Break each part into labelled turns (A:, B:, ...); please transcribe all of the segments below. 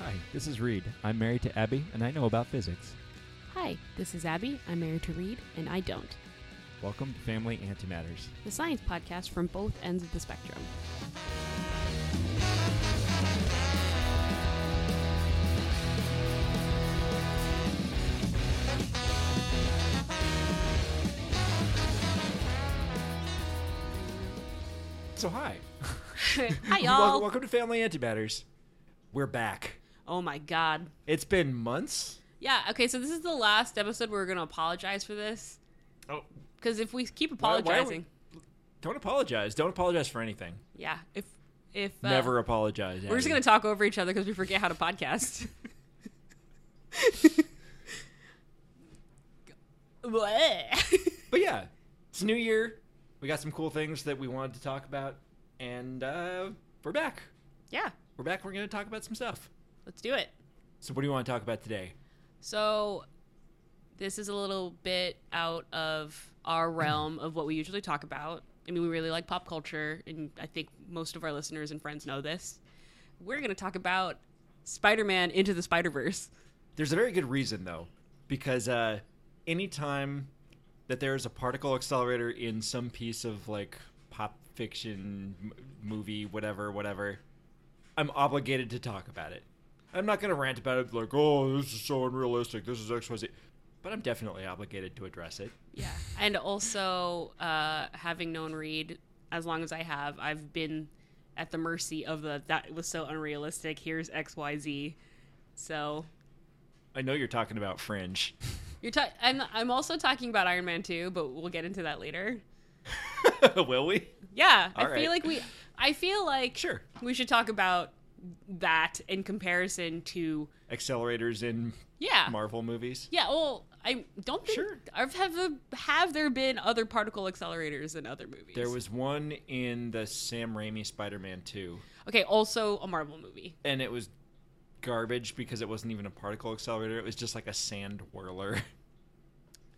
A: Hi, this is Reed. I'm married to Abby, and I know about physics.
B: Hi, this is Abby. I'm married to Reed, and I don't.
A: Welcome to Family Antimatters.
B: The science podcast from both ends of the spectrum.
A: So, hi.
B: Hi,
A: Wel-
B: y'all.
A: welcome to Family Antimatters. We're back.
B: Oh my god.
A: It's been months.
B: Yeah, okay, so this is the last episode where we're going to apologize for this.
A: Oh,
B: Because if we keep
A: Why- why are we-
B: apologizing.
A: don't apologize. Don't apologize for anything.
B: yeah, if. if uh,
A: Never apologize.
B: We're just going to talk over each other because we forget how to podcast. Bleh.
A: But yeah, it's a new year. We got some cool things that we wanted to talk about, and uh, we're back.
B: yeah,
A: We're back. We're going to talk about some stuff.
B: let's do it.
A: So, what do you want to talk about today?
B: So, this is a little bit out of our realm of what we usually talk about. I mean, we really like pop culture, and I think most of our listeners and friends know this. We're going to talk about Spider Man Into the Spider Verse.
A: There's a very good reason though, because uh, anytime that there is a particle accelerator in some piece of like pop fiction, m- movie, whatever, whatever, I'm obligated to talk about it. I'm not gonna rant about it like, oh, this is so unrealistic. This is X Y Z, but I'm definitely obligated to address it.
B: Yeah. And also, uh, having known Reed as long as I have, I've been at the mercy of the that was so unrealistic. Here's XYZ. So
A: I know you're talking about Fringe.
B: you're ta- I'm, I'm also talking about Iron Man 2, but we'll get into that later.
A: Will we?
B: Yeah, I
A: All right.
B: feel like we. I feel like
A: Sure.
B: we should talk about that in comparison to
A: Accelerators in
B: yeah,
A: Marvel movies.
B: yeah. Well, I don't think
A: Sure.
B: I've have a- have there been other particle accelerators in other movies?
A: There was one in the Sam Raimi Spider-Man 2.
B: okay. Also, a Marvel movie.
A: and it was garbage because it wasn't even a particle accelerator. It was just like a sand whirler.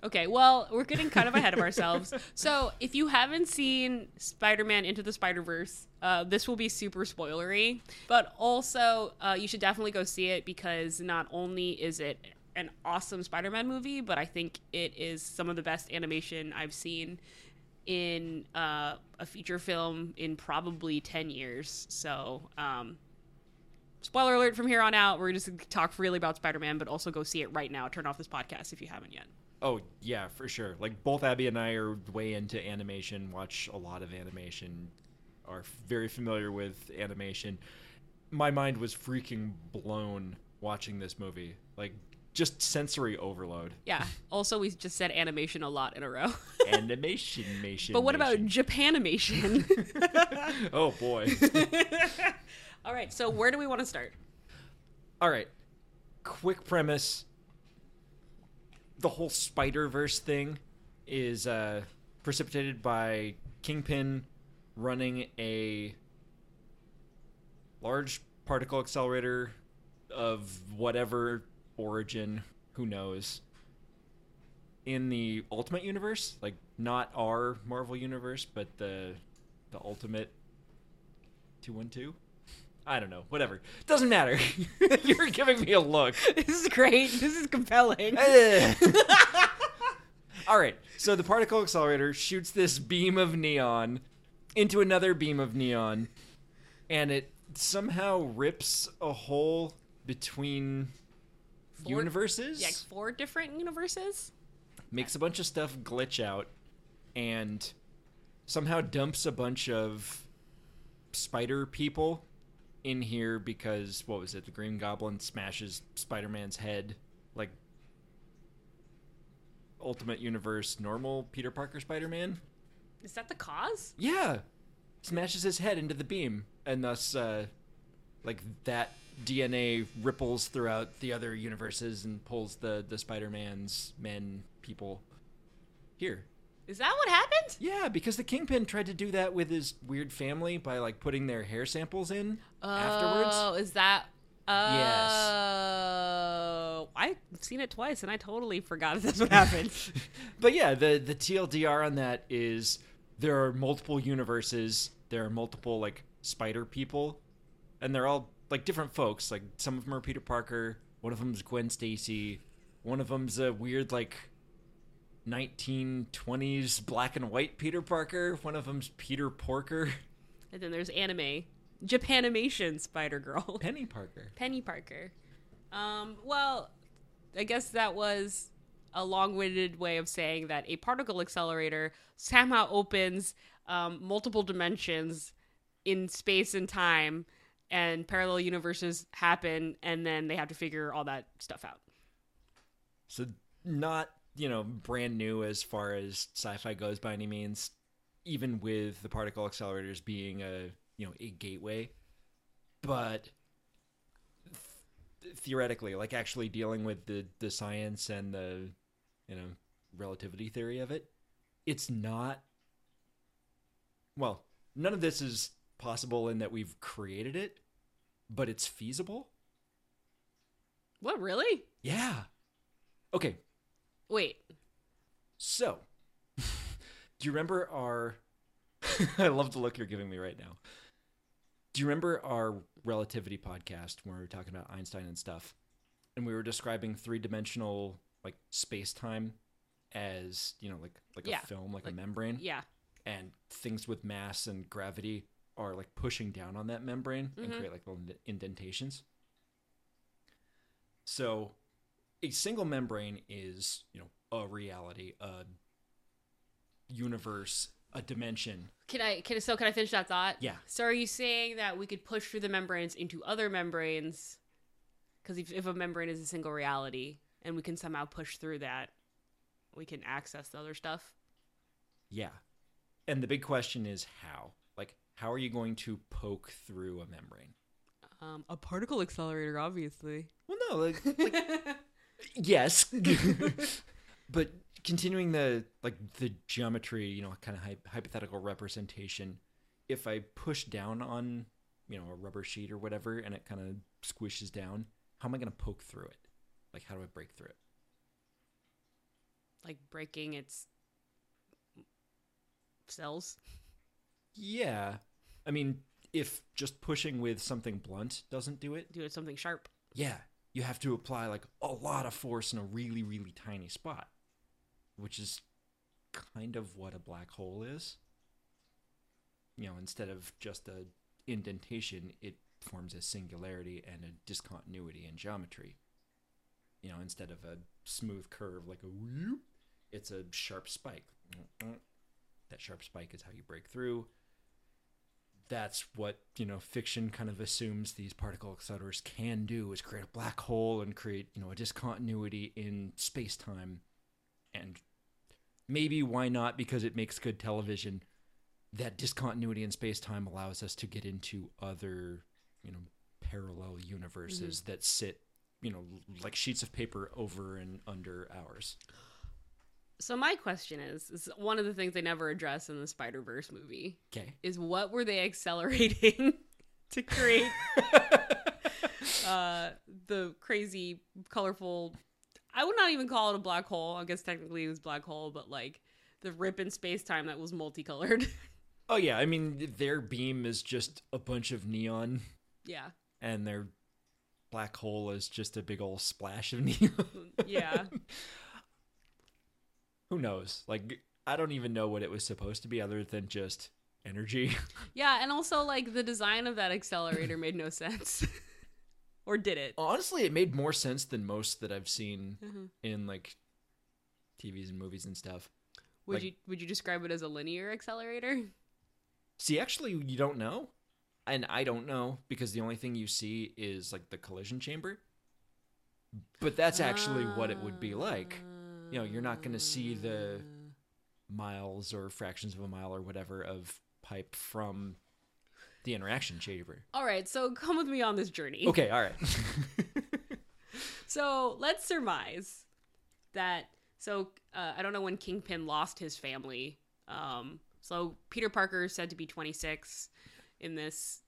B: Okay, well, we're getting kind of ahead of ourselves. So, if you haven't seen Spider Man Into the Spider Verse, uh, this will be super spoilery. But also, uh, you should definitely go see it because not only is it an awesome Spider Man movie, but I think it is some of the best animation I've seen in uh, a feature film in probably 10 years. So, um, spoiler alert from here on out, we're just going to talk freely about Spider Man, but also go see it right now. Turn off this podcast if you haven't yet.
A: Oh yeah, for sure. Like both Abby and I are way into animation, watch a lot of animation, are very familiar with animation. My mind was freaking blown watching this movie. Like just sensory overload.
B: Yeah. Also, we just said animation a lot in a row.
A: Animation, mation.
B: but what about Japanimation?
A: Oh boy.
B: All right. So where do we want to start?
A: All right. Quick premise. The whole Spider Verse thing is uh, precipitated by Kingpin running a large particle accelerator of whatever origin, who knows, in the Ultimate Universe. Like, not our Marvel Universe, but the, the Ultimate 212? I don't know. Whatever. Doesn't matter. You're giving me a look.
B: This is great. This is compelling.
A: Eh. All right. So the particle accelerator shoots this beam of neon into another beam of neon, and it somehow rips a hole between
B: Four-
A: universes.
B: Yeah, like four different universes.
A: Makes a bunch of stuff glitch out, and somehow dumps a bunch of spider people in here because what was it? The Green Goblin smashes Spider Man's head, like Ultimate Universe normal Peter Parker Spider Man.
B: Is that the cause?
A: Yeah, smashes his head into the beam, and thus, uh, like that DNA ripples throughout the other universes and pulls the the Spider Man's men people here.
B: Is that what happened?
A: Yeah, because the Kingpin tried to do that with his weird family by like putting their hair samples in afterwards.
B: Oh, is that?
A: Yes.
B: Oh, I've seen it twice, and I totally forgot that's what happened.
A: But yeah, the the TLDR on that is there are multiple universes, there are multiple like spider people, and they're all like different folks. Like some of them are Peter Parker, one of them's Gwen Stacy, one of them's a weird like 1920s black and white Peter Parker, one of them's Peter Porker,
B: And then there's anime, Japanimation Spider Girl,
A: Penny Parker.
B: Penny Parker. Um, well, I guess that was a long-winded way of saying that a particle accelerator somehow opens um, multiple dimensions in space and time, and parallel universes happen, and then they have to figure all that stuff out.
A: So not, you know, brand new as far as sci-fi goes by any means, even with the particle accelerators being a, you know, a gateway. But th- theoretically, like actually dealing with the the science and the, you know, relativity theory of it, it's not well, none of this is possible in that we've created it, but it's feasible.
B: What really?
A: Yeah. Okay,
B: Wait,
A: So, do you remember our? I love the look you're giving me right now. Do you remember our relativity podcast when we were talking about Einstein and stuff, and we were describing three dimensional like space time as you know like like
B: Yeah.
A: a film like,
B: Like-
A: a membrane
B: yeah,
A: and things with mass and gravity are like pushing down on that membrane and
B: Mhm.
A: create like little ind- indentations. So a single membrane is, you know, a reality, a universe, a dimension.
B: Can I can so can I finish that thought?
A: Yeah.
B: So are you saying that we could push through the membranes into other membranes? Because if, if a membrane is a single reality and we can somehow push through that, we can access the other stuff.
A: Yeah. And the big question is how? Like how are you going to poke through a membrane?
B: Um, a particle accelerator, obviously.
A: Well, no, like, like yes but continuing the like the geometry you know kind of hy- hypothetical representation if i push down on you know a rubber sheet or whatever and it kind of squishes down how am i going to poke through it like how do i break through it
B: like breaking its cells.
A: yeah i mean if just pushing with something blunt doesn't do it
B: Do it something sharp.
A: yeah you have to apply like a lot of force in a really really tiny spot which is kind of what a black hole is you know instead of just a indentation it forms a singularity and a discontinuity in geometry you know instead of a smooth curve like a whoop, it's a sharp spike that sharp spike is how you break through that's what you know fiction kind of assumes these particle accelerators can do is create a black hole and create you know a discontinuity in space-time and maybe why not because it makes good television that discontinuity in space-time allows us to get into other you know parallel universes that sit you know like sheets of paper over and under ours
B: So my question is, is one of the things they never address in the Spider Verse movie
A: okay
B: is what were they accelerating to create uh, the crazy, colorful. I would not even call it a black hole. I guess technically it was black hole, but like the rip in space time that was multicolored.
A: oh yeah i mean their beam is just a bunch of neon
B: yeah,
A: and their black hole is just a big old splash of neon.
B: yeah.
A: Who knows? Like, I don't even know what it was supposed to be other than just energy.
B: Yeah, and also like the design of that accelerator made no sense. or did it?
A: Honestly, it made more sense than most that I've seen
B: Mhm.
A: in like TVs and movies and stuff.
B: Would
A: Like-
B: you would you describe it as a linear accelerator?
A: See, actually, you don't know. And I don't know because the only thing you see is like the collision chamber. But that's actually what it would be
B: Ah.
A: like. You know, you're not gonna see the- miles or fractions of a mile or whatever of pipe from the interaction chamber.
B: All right, so come with me on this journey.
A: Okay, all right.
B: So let's surmise that. So uh, I don't know when Kingpin lost his family. Um, so Peter Parker is said to be 26 in this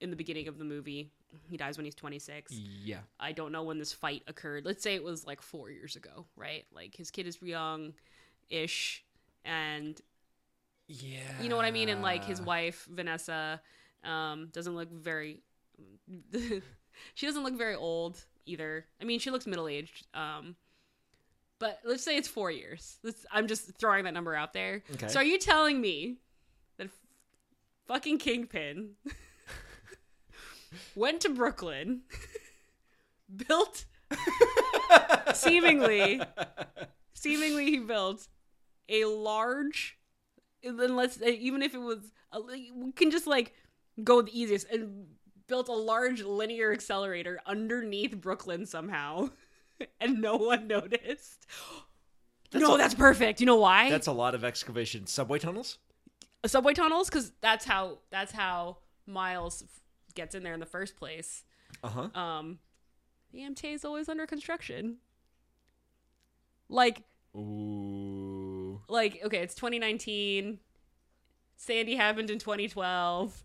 B: in the beginning of the movie. He dies when he's 26.
A: yeah.
B: I don't know when this fight occurred. Let's say it was like four years ago, right? Like his kid is young, ish, and
A: Yeah.
B: you know what I mean? And like his wife Vanessa um, doesn't look very she doesn't look very old either. I mean, she looks middle aged. Um, but let's say it's four years. Let's, I'm just throwing that number out there.
A: Okay.
B: So are you telling me that f- fucking Kingpin went to Brooklyn, built seemingly, seemingly he built a large, unless uh, even if it was, a, we can just like go with the easiest and built a large linear accelerator underneath Brooklyn somehow, and no one noticed. no, that's perfect. You know why?
A: That's a lot of excavation. Subway tunnels?
B: subway tunnels because that's how that's how Miles f- gets in there in the first place.
A: Uh huh.
B: Um, the MTA is always under construction. Like
A: Ooh.
B: like okay, it's 2019. Sandy happened in 2012.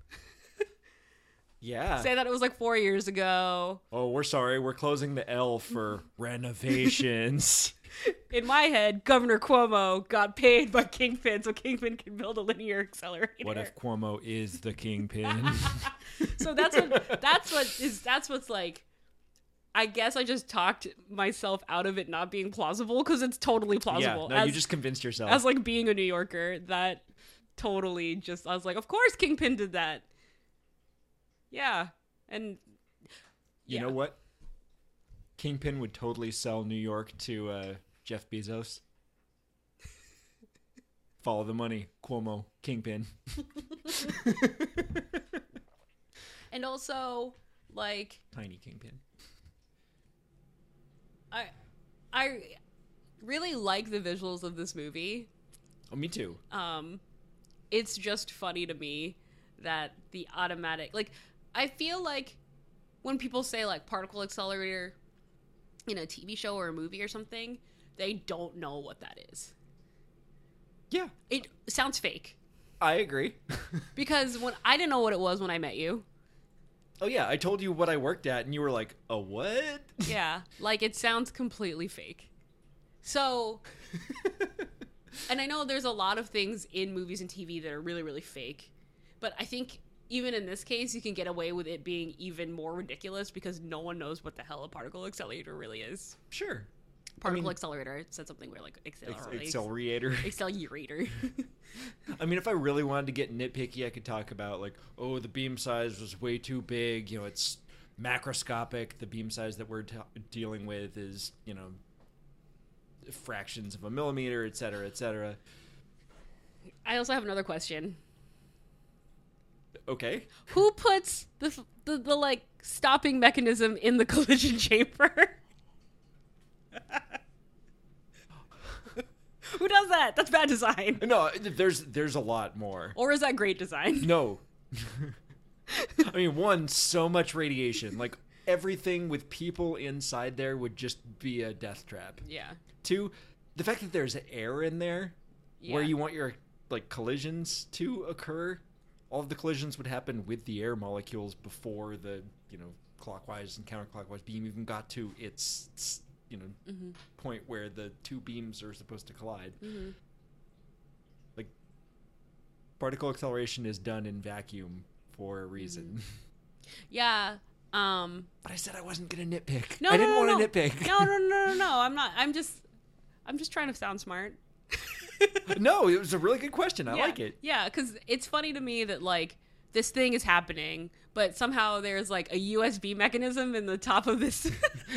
A: Yeah.
B: Say that it was like four years ago.
A: oh, we're sorry. We're closing the L for renovations.
B: In my head, Governor Cuomo got paid by Kingpin, so Kingpin can build a linear accelerator.
A: what if Cuomo is the kingpin?
B: so that's what that's what is that's what's like I guess I just talked myself out of it not being plausible because it's totally
A: yeah.
B: plausible.
A: No,
B: as,
A: you just convinced yourself.
B: as like being a New Yorker, that totally just I was like, of course Kingpin did that. Yeah, and
A: you
B: yeah.
A: know what? Kingpin would totally sell New York to uh, Jeff Bezos. Follow the money, Cuomo, Kingpin.
B: and also like
A: Tiny Kingpin.
B: I I really like the visuals of this movie.
A: Oh, me too.
B: um it's just funny to me that the automatic like i feel like when people say like particle accelerator in a tv show or a movie or something they don't know what that is
A: Yeah,
B: it sounds fake
A: I agree.
B: because when i didn't know what it was when i met you
A: oh yeah, I told you what I worked at, and you were like, "A what?"
B: yeah like it sounds completely fake so and I know there's a lot of things in movies and TV that are really, really fake, but I think even in this case, you can get away with it being even more ridiculous because no one knows what the hell a particle accelerator really is.
A: sure.
B: Particle
A: mean-
B: accelerator I said something where like
A: Ex-
B: accelerator,
A: accelerator.
B: accelerator.
A: I mean, if I really wanted to get nitpicky, I could talk about like, oh, the beam size was way too big. You know, it's macroscopic. The beam size that we're t- dealing with is, you know, fractions of a millimeter, et cetera, et cetera.
B: I also have another question:
A: Okay.
B: Who puts the f- the, the like stopping mechanism in the collision chamber? Who does that? That's bad design.
A: No, there's there's a lot more.
B: Or is that great design?
A: No. I mean, one, so much radiation. Like everything with people inside there would just be a death trap.
B: Yeah.
A: Two, the fact that there's air in there where
B: Yeah.
A: you want your like collisions to occur, all of the collisions would happen with the air molecules before the, you know, clockwise and counterclockwise beam even got to its, s- you know,
B: Mm-hmm.
A: point where the two beams are supposed to collide. Like particle acceleration is done in vacuum for a reason.
B: Mm-hmm. Yeah. Um
A: But I said I wasn't going to nitpick.
B: no
A: I didn't
B: no, no,
A: want
B: no.
A: to nitpick.
B: No, no, no, no, no. I'm not I'm just I'm just trying to sound smart.
A: no, it was a really good question. I
B: Yeah.
A: like it.
B: Yeah, cuz it's funny to me that like this thing is happening, but somehow there's like a USB mechanism in the top of this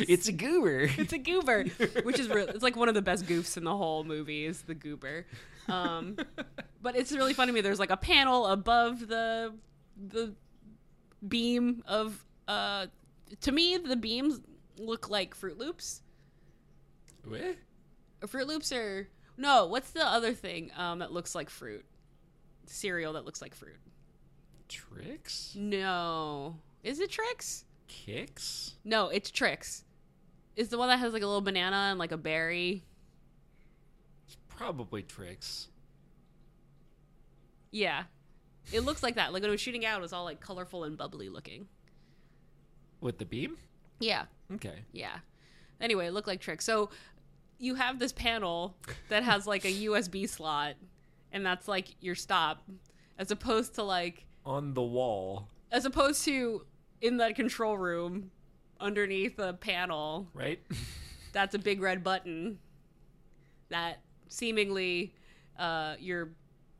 A: It's a goober.
B: it's a goober, which is real it's like one of the best goofs in the whole movie is the goober. Um but it's really funny to me there's like a panel above the the beam of uh to me the beams look like fruit loops
A: What?
B: Or fruit loops are no what's the other thing um that looks like fruit cereal that looks like fruit
A: Tricks?
B: no is it tricks
A: Kicks?
B: no it's tricks is the one that has like a little banana and like a berry
A: It's probably tricks.
B: yeah it looks like that like when it was shooting out it was all like colorful and bubbly looking
A: With the beam?
B: yeah
A: Okay.
B: Yeah. Anyway, it looked like tricks. So you have this panel that has like a USB slot, and that's like your stop, as opposed to like
A: On the wall.
B: as opposed to in that control room underneath a panel
A: right?
B: that's a big red button that seemingly uh, your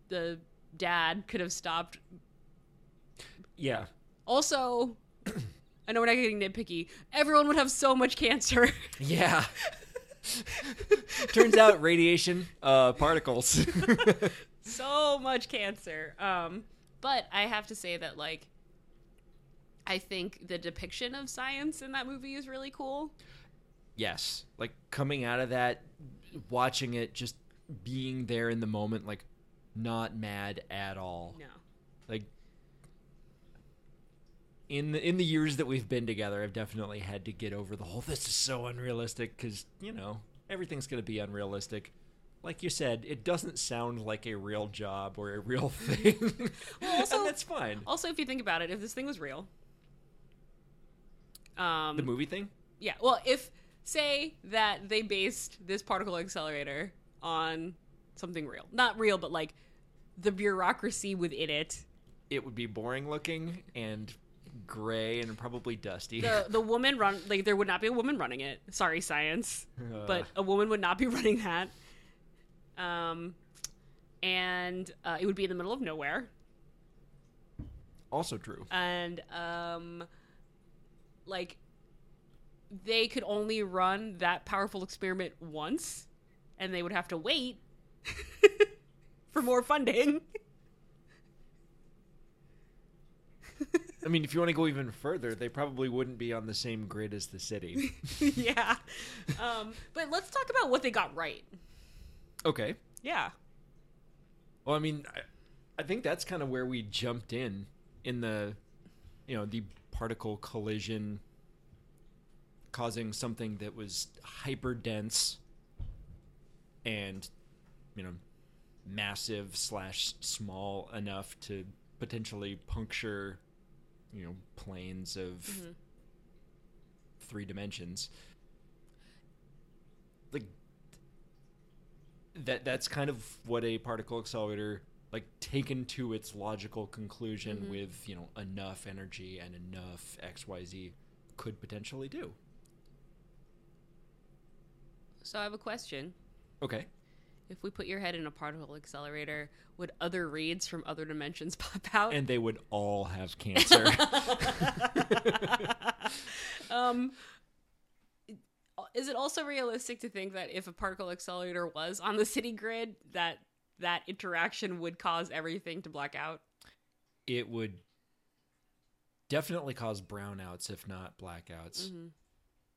B: the dad could have stopped.
A: yeah.
B: Also, I know we're not getting nitpicky. Everyone would have so much cancer.
A: Yeah. Turns out radiation uh, particles.
B: so much cancer. Um, but I have to say that like I think the depiction of science in that movie is really cool.
A: yes. Like coming out of that, watching it, just being there in the moment, like not mad at all.
B: No.
A: Like in the, in the years that we've been together, I've definitely had to get over the whole this is so unrealistic cuz, you know, everything's going to be unrealistic. Like you said, it doesn't sound like a real job or a real thing.
B: Well, also-
A: and that's fine.
B: Also, if you think about it, if this thing was real, um,
A: The movie thing?
B: yeah. Well, if say that they based this particle accelerator on something real, not real, but like the bureaucracy within it.
A: it would be boring looking and gray and probably dusty.
B: The the woman run like there would not be a woman running it. Sorry, science, but
A: Uh,
B: a woman would not be running that. Um, and uh, it would be in the middle of nowhere.
A: also true.
B: and um like they could only run that powerful experiment once and they would have to wait for more funding
A: I mean, if you want to go even further, they probably wouldn't be on the same grid as the city.
B: yeah um but let's talk about what they got right
A: okay.
B: yeah
A: Well, I mean, I, I think that's kind of where we jumped in in the, you know, the particle collision causing something that was hyper dense and, you know, massive slash small enough to potentially puncture, you know, planes of three dimensions. Like that that's kind of what a particle accelerator like taken to its logical conclusion with you know enough energy and enough xyz could potentially do
B: so i have a question
A: okay
B: if we put your head in a particle accelerator would other reads from other dimensions pop out
A: and they would all have cancer
B: um is it also realistic to think that if a particle accelerator was on the city grid that that interaction would cause everything to black out
A: it would definitely cause brownouts if not blackouts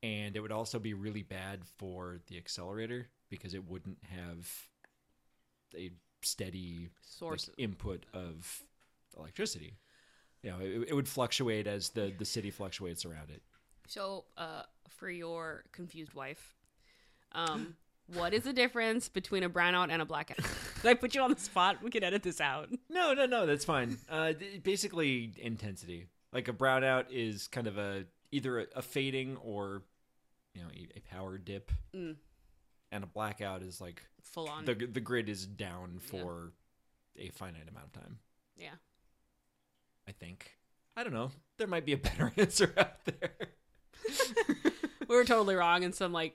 A: and it would also be really bad for the accelerator because it wouldn't have a steady like,
B: source
A: input of electricity. You know, it, it would fluctuate as the, the city fluctuates around it.
B: so uh for your confused wife um what is the difference between a brownout and a blackout did i put you on the spot we can edit this out
A: No, no, no, that's fine. Uh, d- basically, intensity. Like a brownout is kind of a either a, a fading or you know a, a power dip,
B: Mm.
A: and a blackout is like
B: full on
A: the the grid is down for a finite amount of time.
B: yeah
A: I think. I don't know. There might be a better answer out there.
B: we were totally wrong and some like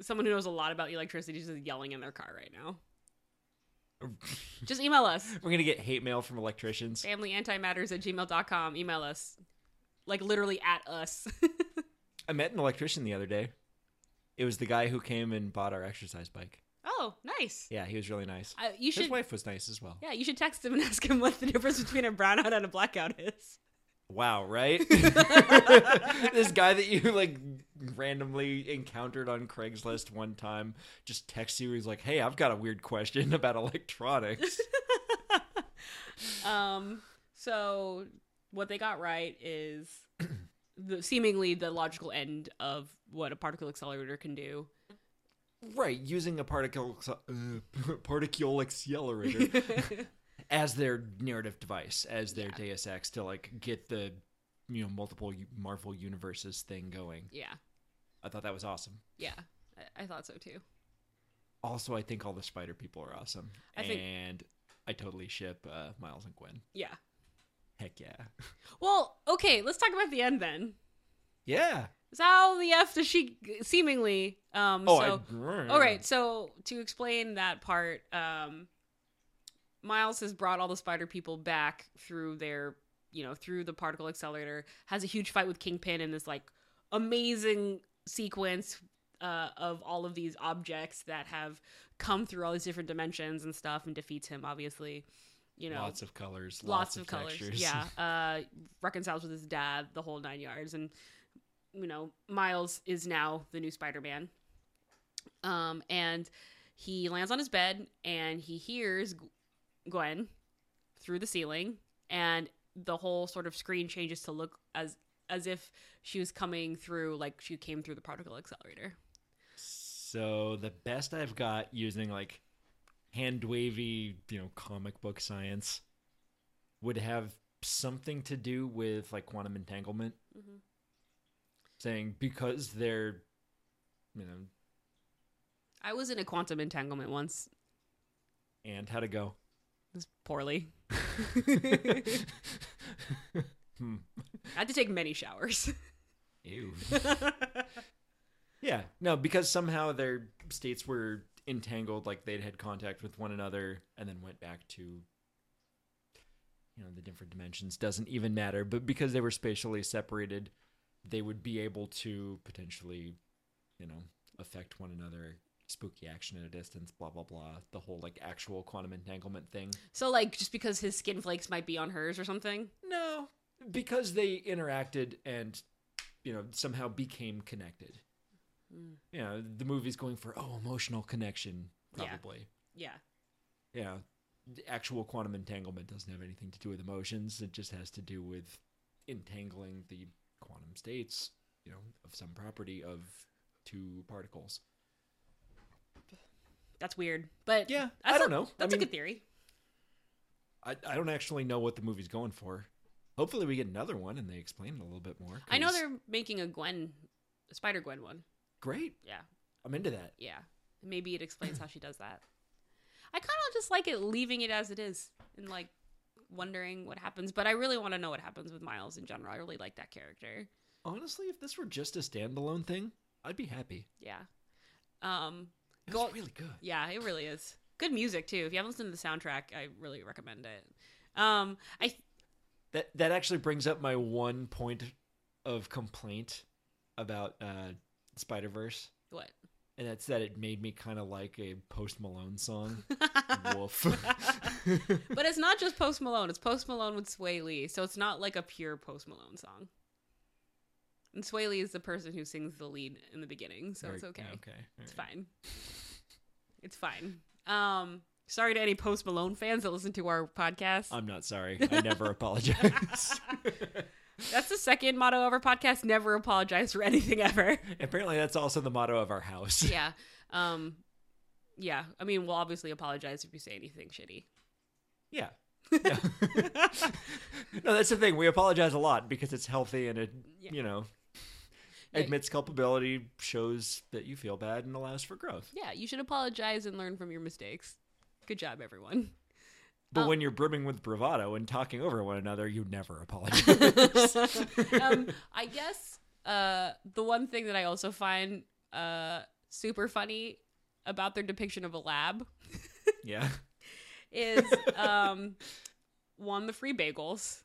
B: someone who knows a lot about electricity is just yelling in their car right now just email us
A: We're gonna get hate mail from electricians.
B: familyantimatters at gmail.com email us like literally at us
A: I met an electrician the other day. It was the guy who came and bought our exercise bike.
B: oh nice
A: Yeah, he was really nice.
B: I, you
A: His
B: should
A: wife was nice as well.
B: yeah you should text him and ask him what the difference between a brownout and a blackout is
A: Wow, right? this guy that you like randomly encountered on Craigslist one time just texts you. He's like, "Hey, I've got a weird question about electronics."
B: um so what they got right is the seemingly the logical end of what a particle accelerator can do
A: right, using a particle uh, particle accelerator as their narrative device, as their Deus Ex to like get the you know multiple u- Marvel universes thing going.
B: yeah
A: I thought that was awesome.
B: yeah I, I thought so too
A: Also, I think all the spider people are awesome.
B: I think-
A: and I totally ship uh, Miles and Gwen.
B: yeah
A: Heck yeah.
B: Well, okay, let's talk about the end then.
A: Yeah.
B: So how the f does she seemingly? Um,
A: Oh,
B: so,
A: I,
B: all right. So to explain that part, um, Miles has brought all the spider people back through their, you know, through the particle accelerator. Has a huge fight with Kingpin in this like amazing sequence uh, of all of these objects that have come through all these different dimensions and stuff, and defeats him. Obviously, you know,
A: lots of colors.
B: lots, of, colors.
A: textures.
B: Yeah, uh, reconciles with his dad, the whole nine yards, and you know Miles is now the new Spider-Man. Um, and he lands on his bed and he hears G- Gwen through the ceiling, and the whole sort of screen changes to look as as if she was coming through, like she came through the particle accelerator.
A: So the best I've got using like hand wavy, you know, comic book science would have something to do with like quantum entanglement,
B: Mhm.
A: saying because they're, you know,
B: I was in a quantum entanglement once.
A: and how to go.
B: It was poorly.
A: hmm.
B: I had to take many showers.
A: Ew. yeah. No, because somehow their states were entangled, like they'd had contact with one another and then went back to you know, the different dimensions doesn't even matter, but because they were spatially separated, they would be able to potentially, you know, affect one another, spooky action at a distance, blah blah blah, the whole like actual quantum entanglement thing.
B: So like just because his skin flakes might be on hers or something.
A: No, because they interacted and you know somehow became connected.
B: Mm.
A: You know, the movie's going for oh emotional connection
B: Yeah.
A: probably.
B: Yeah.
A: Yeah. the actual quantum entanglement doesn't have anything to do with emotions. It just has to do with entangling the quantum states, you know, of some property of two particles.
B: That's weird. But
A: Yeah,
B: that's
A: I don't
B: a-
A: know. I
B: That's a
A: mean-
B: good theory.
A: I, I don't actually know what the movie's going for. Hopefully, we get another one and they explain it a little bit more.
B: I know
A: 'cause-
B: they're making a Gwen a Spider Gwen one.
A: great.
B: Yeah.
A: I'm into that.
B: Yeah. Maybe it explains how she does that. I kind of just like it leaving it as it is and like wondering what happens, but I really want to know what happens with Miles in general. I really like that character.
A: Honestly, if this were just a standalone thing, I'd be happy.
B: Yeah. Um
A: It
B: Go-
A: was really good.
B: Yeah, it really is. Good music too. If you haven't listened to the soundtrack, I really recommend it. Um I
A: That that actually brings up my one point of complaint about uh, Spider Verse,
B: what?
A: and that's that it made me kind of like a Post Malone song. Woof.
B: But it's not just Post Malone. It's Post Malone with Sway Lee. So it's not like a pure Post Malone song. And Sway Lee is the person who sings the lead in the beginning. So
A: Or-
B: it's okay.
A: Okay.
B: It's fine. It's fine. Um, sorry to any Post Malone fans that listen to our podcast.
A: I'm not sorry. I never apologize.
B: That's the second motto of our podcast never apologize for anything ever.
A: Apparently, that's also the motto of our house.
B: yeah. Um, yeah. I mean, we'll obviously apologize if you say anything shitty.
A: Yeah. No. no, that's the thing. We apologize a lot because it's healthy and it,
B: Yeah.
A: you know,
B: Yeah.
A: admits culpability, shows that you feel bad, and allows for growth.
B: Yeah, you should apologize and learn from your mistakes. Good job, everyone.
A: But
B: Oh.
A: when you're brimming with bravado and talking over one another, you never apologize.
B: um, I guess uh, the one thing that I also find uh, super funny about their depiction of a lab
A: yeah.
B: is um, one, the free bagels.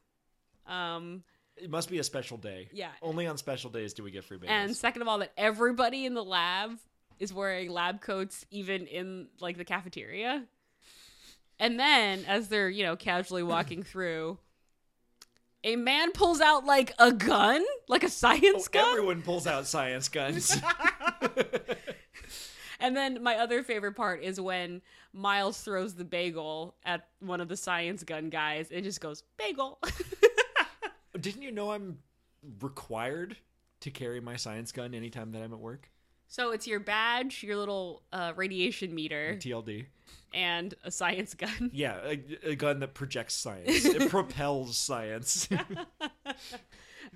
B: Um,
A: It must be a special day.
B: yeah.
A: Only on special days do we get free Oh, bagels.
B: And second of all, that everybody in the lab is wearing lab coats, even in like the cafeteria. And then, as they're you know casually walking through, a man pulls out like a gun, like a
A: Oh,
B: science gun.
A: everyone pulls out science guns.
B: And then my other favorite part is when Miles throws the bagel at one of the science gun guys. It just goes bagel.
A: Didn't you know I'm required to carry my science gun anytime that I'm at work?
B: so it's your badge, your little uh, radiation meter,
A: TLD.
B: and a science gun.
A: Yeah, a, a gun that projects science. It propels science.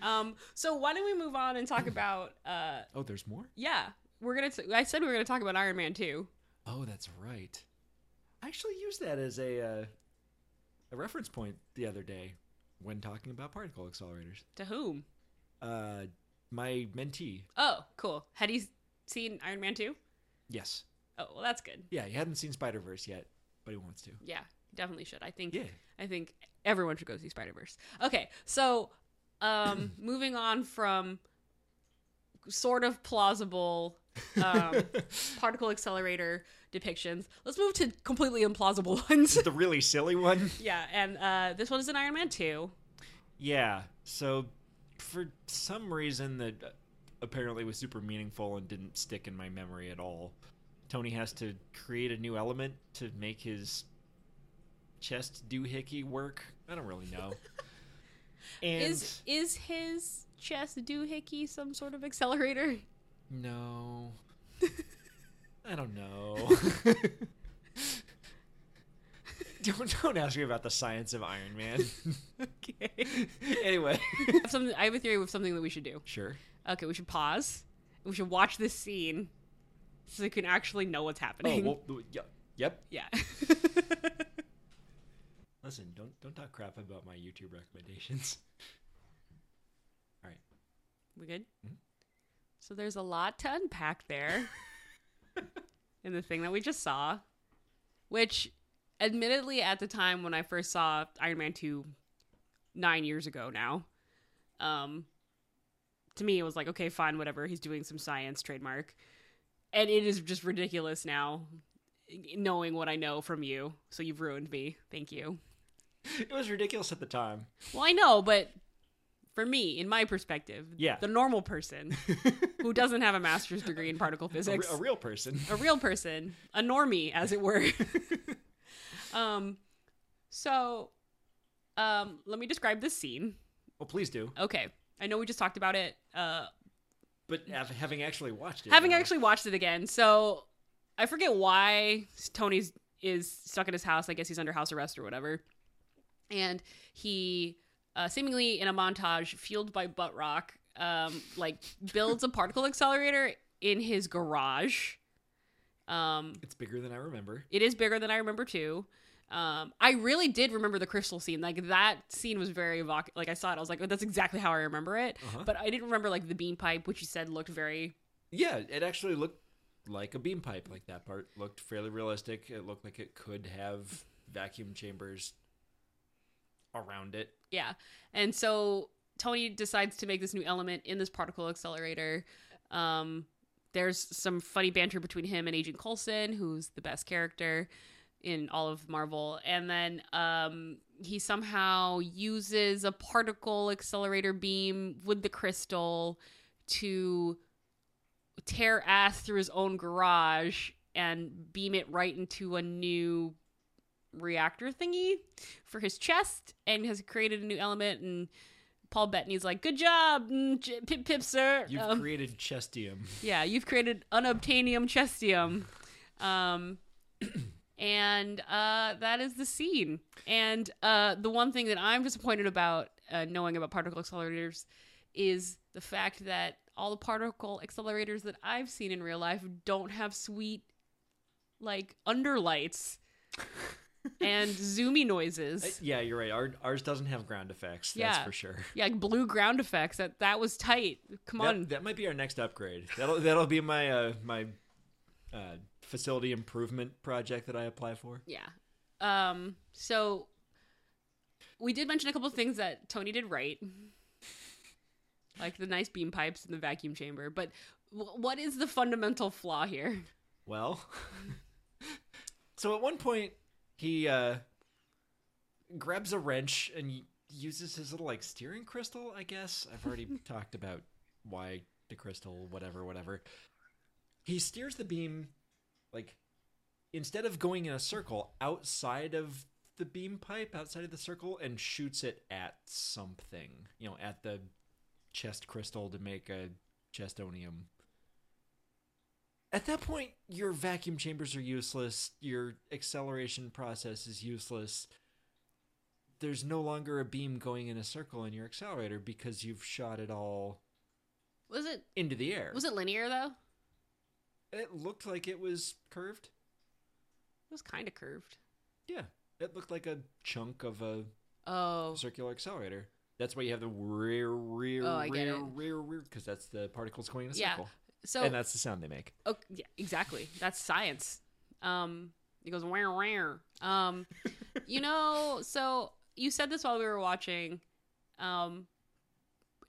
B: Um, so why don't we move on and talk about? Uh,
A: oh, there's more?
B: yeah, we're gonna. T- I said we were gonna talk about Iron Man too.
A: Oh, that's right. I actually used that as a uh, a reference point the other day when talking about particle accelerators.
B: To whom?
A: Uh, my mentee,
B: Oh, cool. Had he seen Iron Man 2?
A: yes,
B: Oh, well, that's good.
A: yeah, he hadn't seen Spider Verse yet, but he wants to.
B: Yeah, definitely should. I think
A: Yeah,
B: I think everyone should go see Spider Verse. Okay, so um, moving on from sort of plausible um, particle accelerator depictions, let's move to completely implausible ones.
A: the really silly one.
B: yeah, and uh, this one is in Iron Man 2.
A: Yeah. So for some reason that uh, apparently was super meaningful and didn't stick in my memory at all, Tony has to create a new element to make his chest doohickey work. I don't really know. and
B: Is is his chest doohickey some sort of accelerator?
A: no. I don't know. don't don't ask me about the science of Iron Man.
B: Okay.
A: anyway.
B: I have, something, I have a theory with something that we should do.
A: Sure.
B: Okay, we should pause. We should watch this scene so we can actually know what's
A: Oh,
B: happening.
A: well, yep. Yep.
B: Yeah.
A: Listen, don't don't talk crap about my YouTube recommendations. All right.
B: we good?
A: Mhm.
B: So there's a lot to unpack there in the thing that we just saw, which admittedly at the time when I first saw Iron Man 2 9 years ago now, um to me it was like okay, fine, whatever. He's doing some science trademark. And it is just ridiculous now knowing what I know from you. So you've ruined me. Thank you.
A: It was ridiculous at the time.
B: Well, I know, but for me, in my perspective,
A: Yeah.
B: the normal person who doesn't have a master's degree in particle
A: A, re-
B: physics,
A: a real person.
B: a real person, a normie, as it were. um, so, um, let me describe this scene.
A: Well, please do.
B: Okay, I know we just talked about it. Uh,
A: But av- having actually watched it,
B: having
A: though,
B: actually watched it again, so I forget why Tony's is stuck in his house. I guess he's under house arrest or whatever. And he, uh, seemingly in a montage fueled by butt rock, um, like builds a particle accelerator in his garage. Um,
A: it's bigger than I remember.
B: it is bigger than I remember too. Um, I really did remember the crystal scene. Like that scene was very evocative. Like I saw it, I was like, oh, that's exactly how I remember it.
A: Uh-huh.
B: But I didn't remember like the bean pipe, which you said looked very
A: Yeah, it actually looked like a beam pipe. Like that part looked fairly realistic. It looked like it could have vacuum chambers around it.
B: Yeah. And so Tony decides to make this new element in this particle accelerator. Um, there's some funny banter between him and Agent Coulson, who's the best character in all of Marvel. And then um, he somehow uses a particle accelerator beam with the crystal to tear ass through his own garage and beam it right into a new reactor thingy for his chest and has created a new element and paul bettany's like good job mm, J- pip pip sir
A: You've
B: Um,
A: created chestium.
B: yeah you've created unobtainium chestium um and uh that is the scene and uh the one thing that i'm disappointed about uh, knowing about particle accelerators is the fact that all the particle accelerators that i've seen in real life don't have sweet like underlights and zoomy noises
A: Uh, yeah, you're right. Our, ours doesn't have ground effects. That's
B: Yeah.
A: for sure.
B: Yeah, like blue ground effects. That that was tight. Come
A: That-
B: on.
A: That, might be our next upgrade. That'll that'll be my uh, my uh, facility improvement project that I apply for.
B: yeah. Um. So we did mention a couple of things that Tony did right, like the nice beam pipes and the vacuum chamber. But w- what is the fundamental flaw here?
A: Well, so at one point he uh, grabs a wrench and y- uses his little like steering crystal. I guess I've already talked about why the crystal, whatever, whatever. He steers the beam like instead of going in a circle outside of the beam pipe outside of the circle and shoots it at something you know at the chest crystal to make a chestonium at that point your vacuum chambers are useless your acceleration process is useless there's no longer a beam going in a circle in your accelerator because you've shot it all
B: Was it
A: into the air
B: was it linear though? It
A: it looked like it was curved
B: was kind of curved.
A: Yeah, it looked like a chunk of a
B: Oh,
A: circular accelerator. That's why you have the rear, rear,
B: Oh, I get
A: rear,
B: it.
A: rear, rear, because that's the particles going in a
B: yeah.
A: circle,
B: So
A: and that's the sound they make.
B: Oh, yeah, exactly. That's science. Um, it goes rare, rare. Um, you know, so you said this while we were watching, um,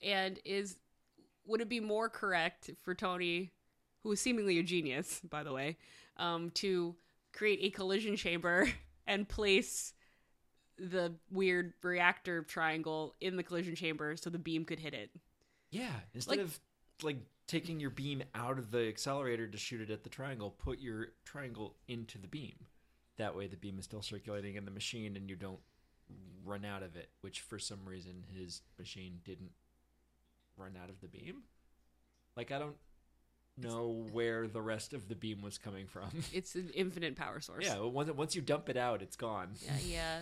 B: and is would it be more correct for Tony, who is seemingly a genius, by the way, um, to create a collision chamber and place the weird reactor triangle in the collision chamber so the beam could hit it?
A: Yeah, instead
B: Like-
A: of like taking your beam out of the accelerator to shoot it at the triangle, put your triangle into the beam. That way, the beam is still circulating in the machine, and you don't run out of it. Which, for some reason, his machine didn't run out of the beam. Like I don't know where the rest of the beam was coming from.
B: It's an infinite power source.
A: yeah, but once once you dump it out, it's gone.
B: Yeah, yeah,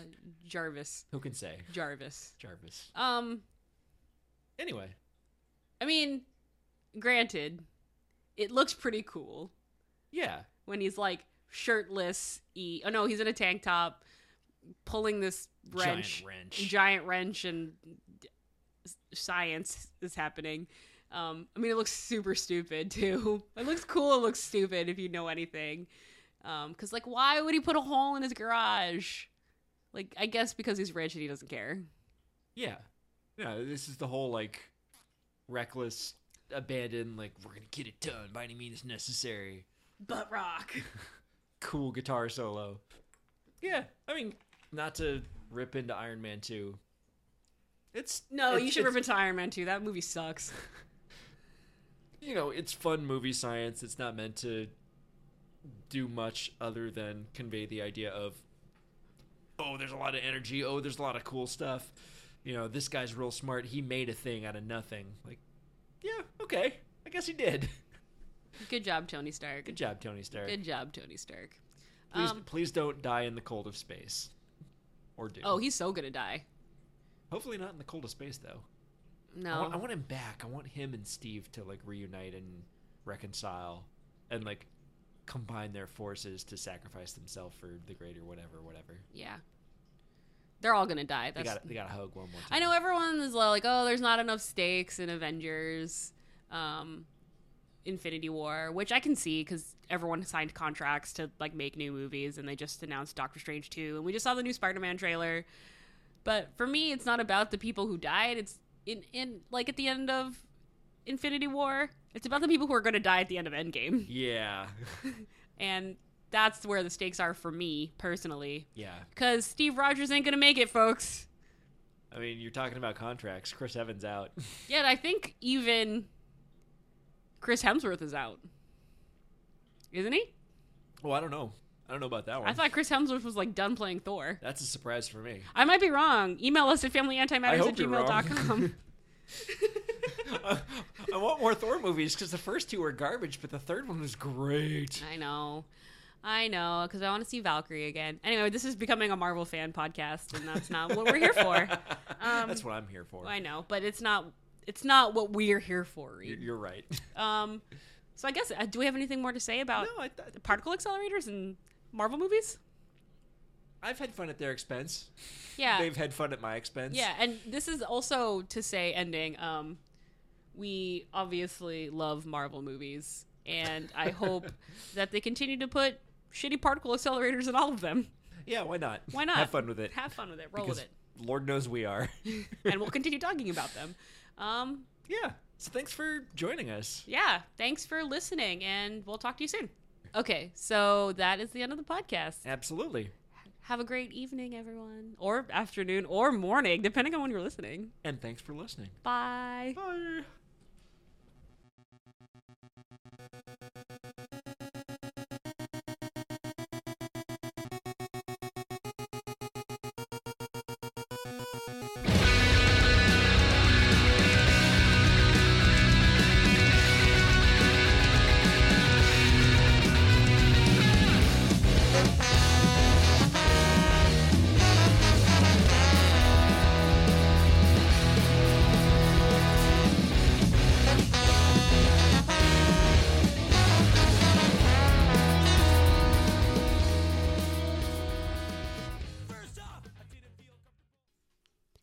B: Jarvis.
A: Who can say,
B: Jarvis.
A: Jarvis?
B: Um,
A: Anyway,
B: I mean, granted, it looks pretty cool
A: yeah,
B: when he's like shirtless. E oh no, he's in a tank top, pulling this wrench,
A: giant wrench.
B: giant wrench, and d- science is happening. Um, I mean, it looks super stupid too. It looks cool. It looks stupid if you know anything. Um, cause like, why would he put a hole in his garage? Like, I guess because he's rich and he doesn't care.
A: Yeah. No, this is the whole like reckless abandon, like we're gonna get it done by any means necessary.
B: Butt rock.
A: Cool guitar solo. Yeah, I mean, not to rip into Iron Man two. It's
B: No,
A: it's-
B: you should
A: it's-
B: rip into Iron Man too. That movie sucks.
A: You know, it's fun movie science. It's not meant to do much other than convey the idea of oh, there's a lot of energy. Oh, there's a lot of cool stuff. You know, this guy's real smart. He made a thing out of nothing. Like, yeah, okay, I guess he did.
B: Good job, Tony Stark.
A: Good job, Tony Stark.
B: Good job, Tony Stark.
A: Please,
B: Um,
A: please don't die in the cold of space, or do.
B: oh, he's so gonna die.
A: hopefully not in the cold of space though. I,
B: No,
A: want, I want him back. I want him and Steve to like reunite and reconcile, and like combine their forces to sacrifice themselves for the greater whatever, whatever.
B: yeah, they're all gonna die.
A: They
B: That's.
A: got they got to hug one more time.
B: I know everyone is like, oh, there's not enough stakes in Avengers, um, Infinity War, which I can see because everyone signed contracts to like make new movies, and they just announced Doctor Strange two, and we just saw the new Spider Man trailer. But for me, it's not about the people who died. It's in in like at the end of Infinity War, it's about the people who are going to die at the end of Endgame,
A: Yeah,
B: and that's where the stakes are for me personally.
A: yeah.
B: Because Steve Rogers ain't gonna make it, folks.
A: I mean, you're talking about contracts. Chris Evans out.
B: Yeah, and I think even Chris Hemsworth is out. Isn't he?
A: well, I don't know. I don't know about that one.
B: I thought Chris Hemsworth was like done playing Thor.
A: That's a surprise for me.
B: I might be wrong. Email us at
A: I
B: familyantimatters at
A: hope you're wrong.
B: gmail.com.
A: I, I want more Thor movies because the first two were garbage, but the third one was great.
B: I know. I know, because I want to see Valkyrie again. Anyway, this is becoming a Marvel fan podcast, and that's not what we're here for. Um,
A: That's what I'm here for.
B: I know, but it's not it's not what we're here for.
A: You're,
B: Reed.
A: you're right.
B: Um, so I guess uh, do we have anything more to say about
A: no, I th-
B: particle accelerators and Marvel movies?
A: I've had fun at their expense.
B: Yeah,
A: They've had fun at my expense.
B: Yeah, and this is also to say ending. Um, we obviously love Marvel movies, and I hope that they continue to put shitty particle accelerators in all of them.
A: Yeah, why not?
B: Why not?
A: Have fun with it.
B: Have fun with it. Roll
A: because
B: with it,
A: Lord knows we are.
B: and we'll continue talking about them. Um,
A: yeah. So thanks for joining us.
B: yeah, thanks for listening, and we'll talk to you soon. Okay, so that is the end of the podcast.
A: Absolutely.
B: Have a great evening, everyone, or afternoon, or morning, depending on when you're listening.
A: And thanks for listening.
B: Bye.
A: Bye.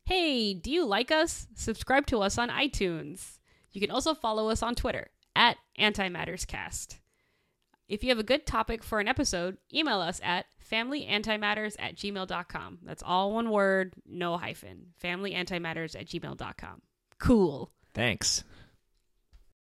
B: Hey, do you like us? Subscribe to us on iTunes. You can also follow us on Twitter at AntimattersCast. If you have a good topic for an episode, email us at familyantimatters at gmail.com. That's all one word, no hyphen. Familyantimatters at gmail.com. Cool.
C: Thanks.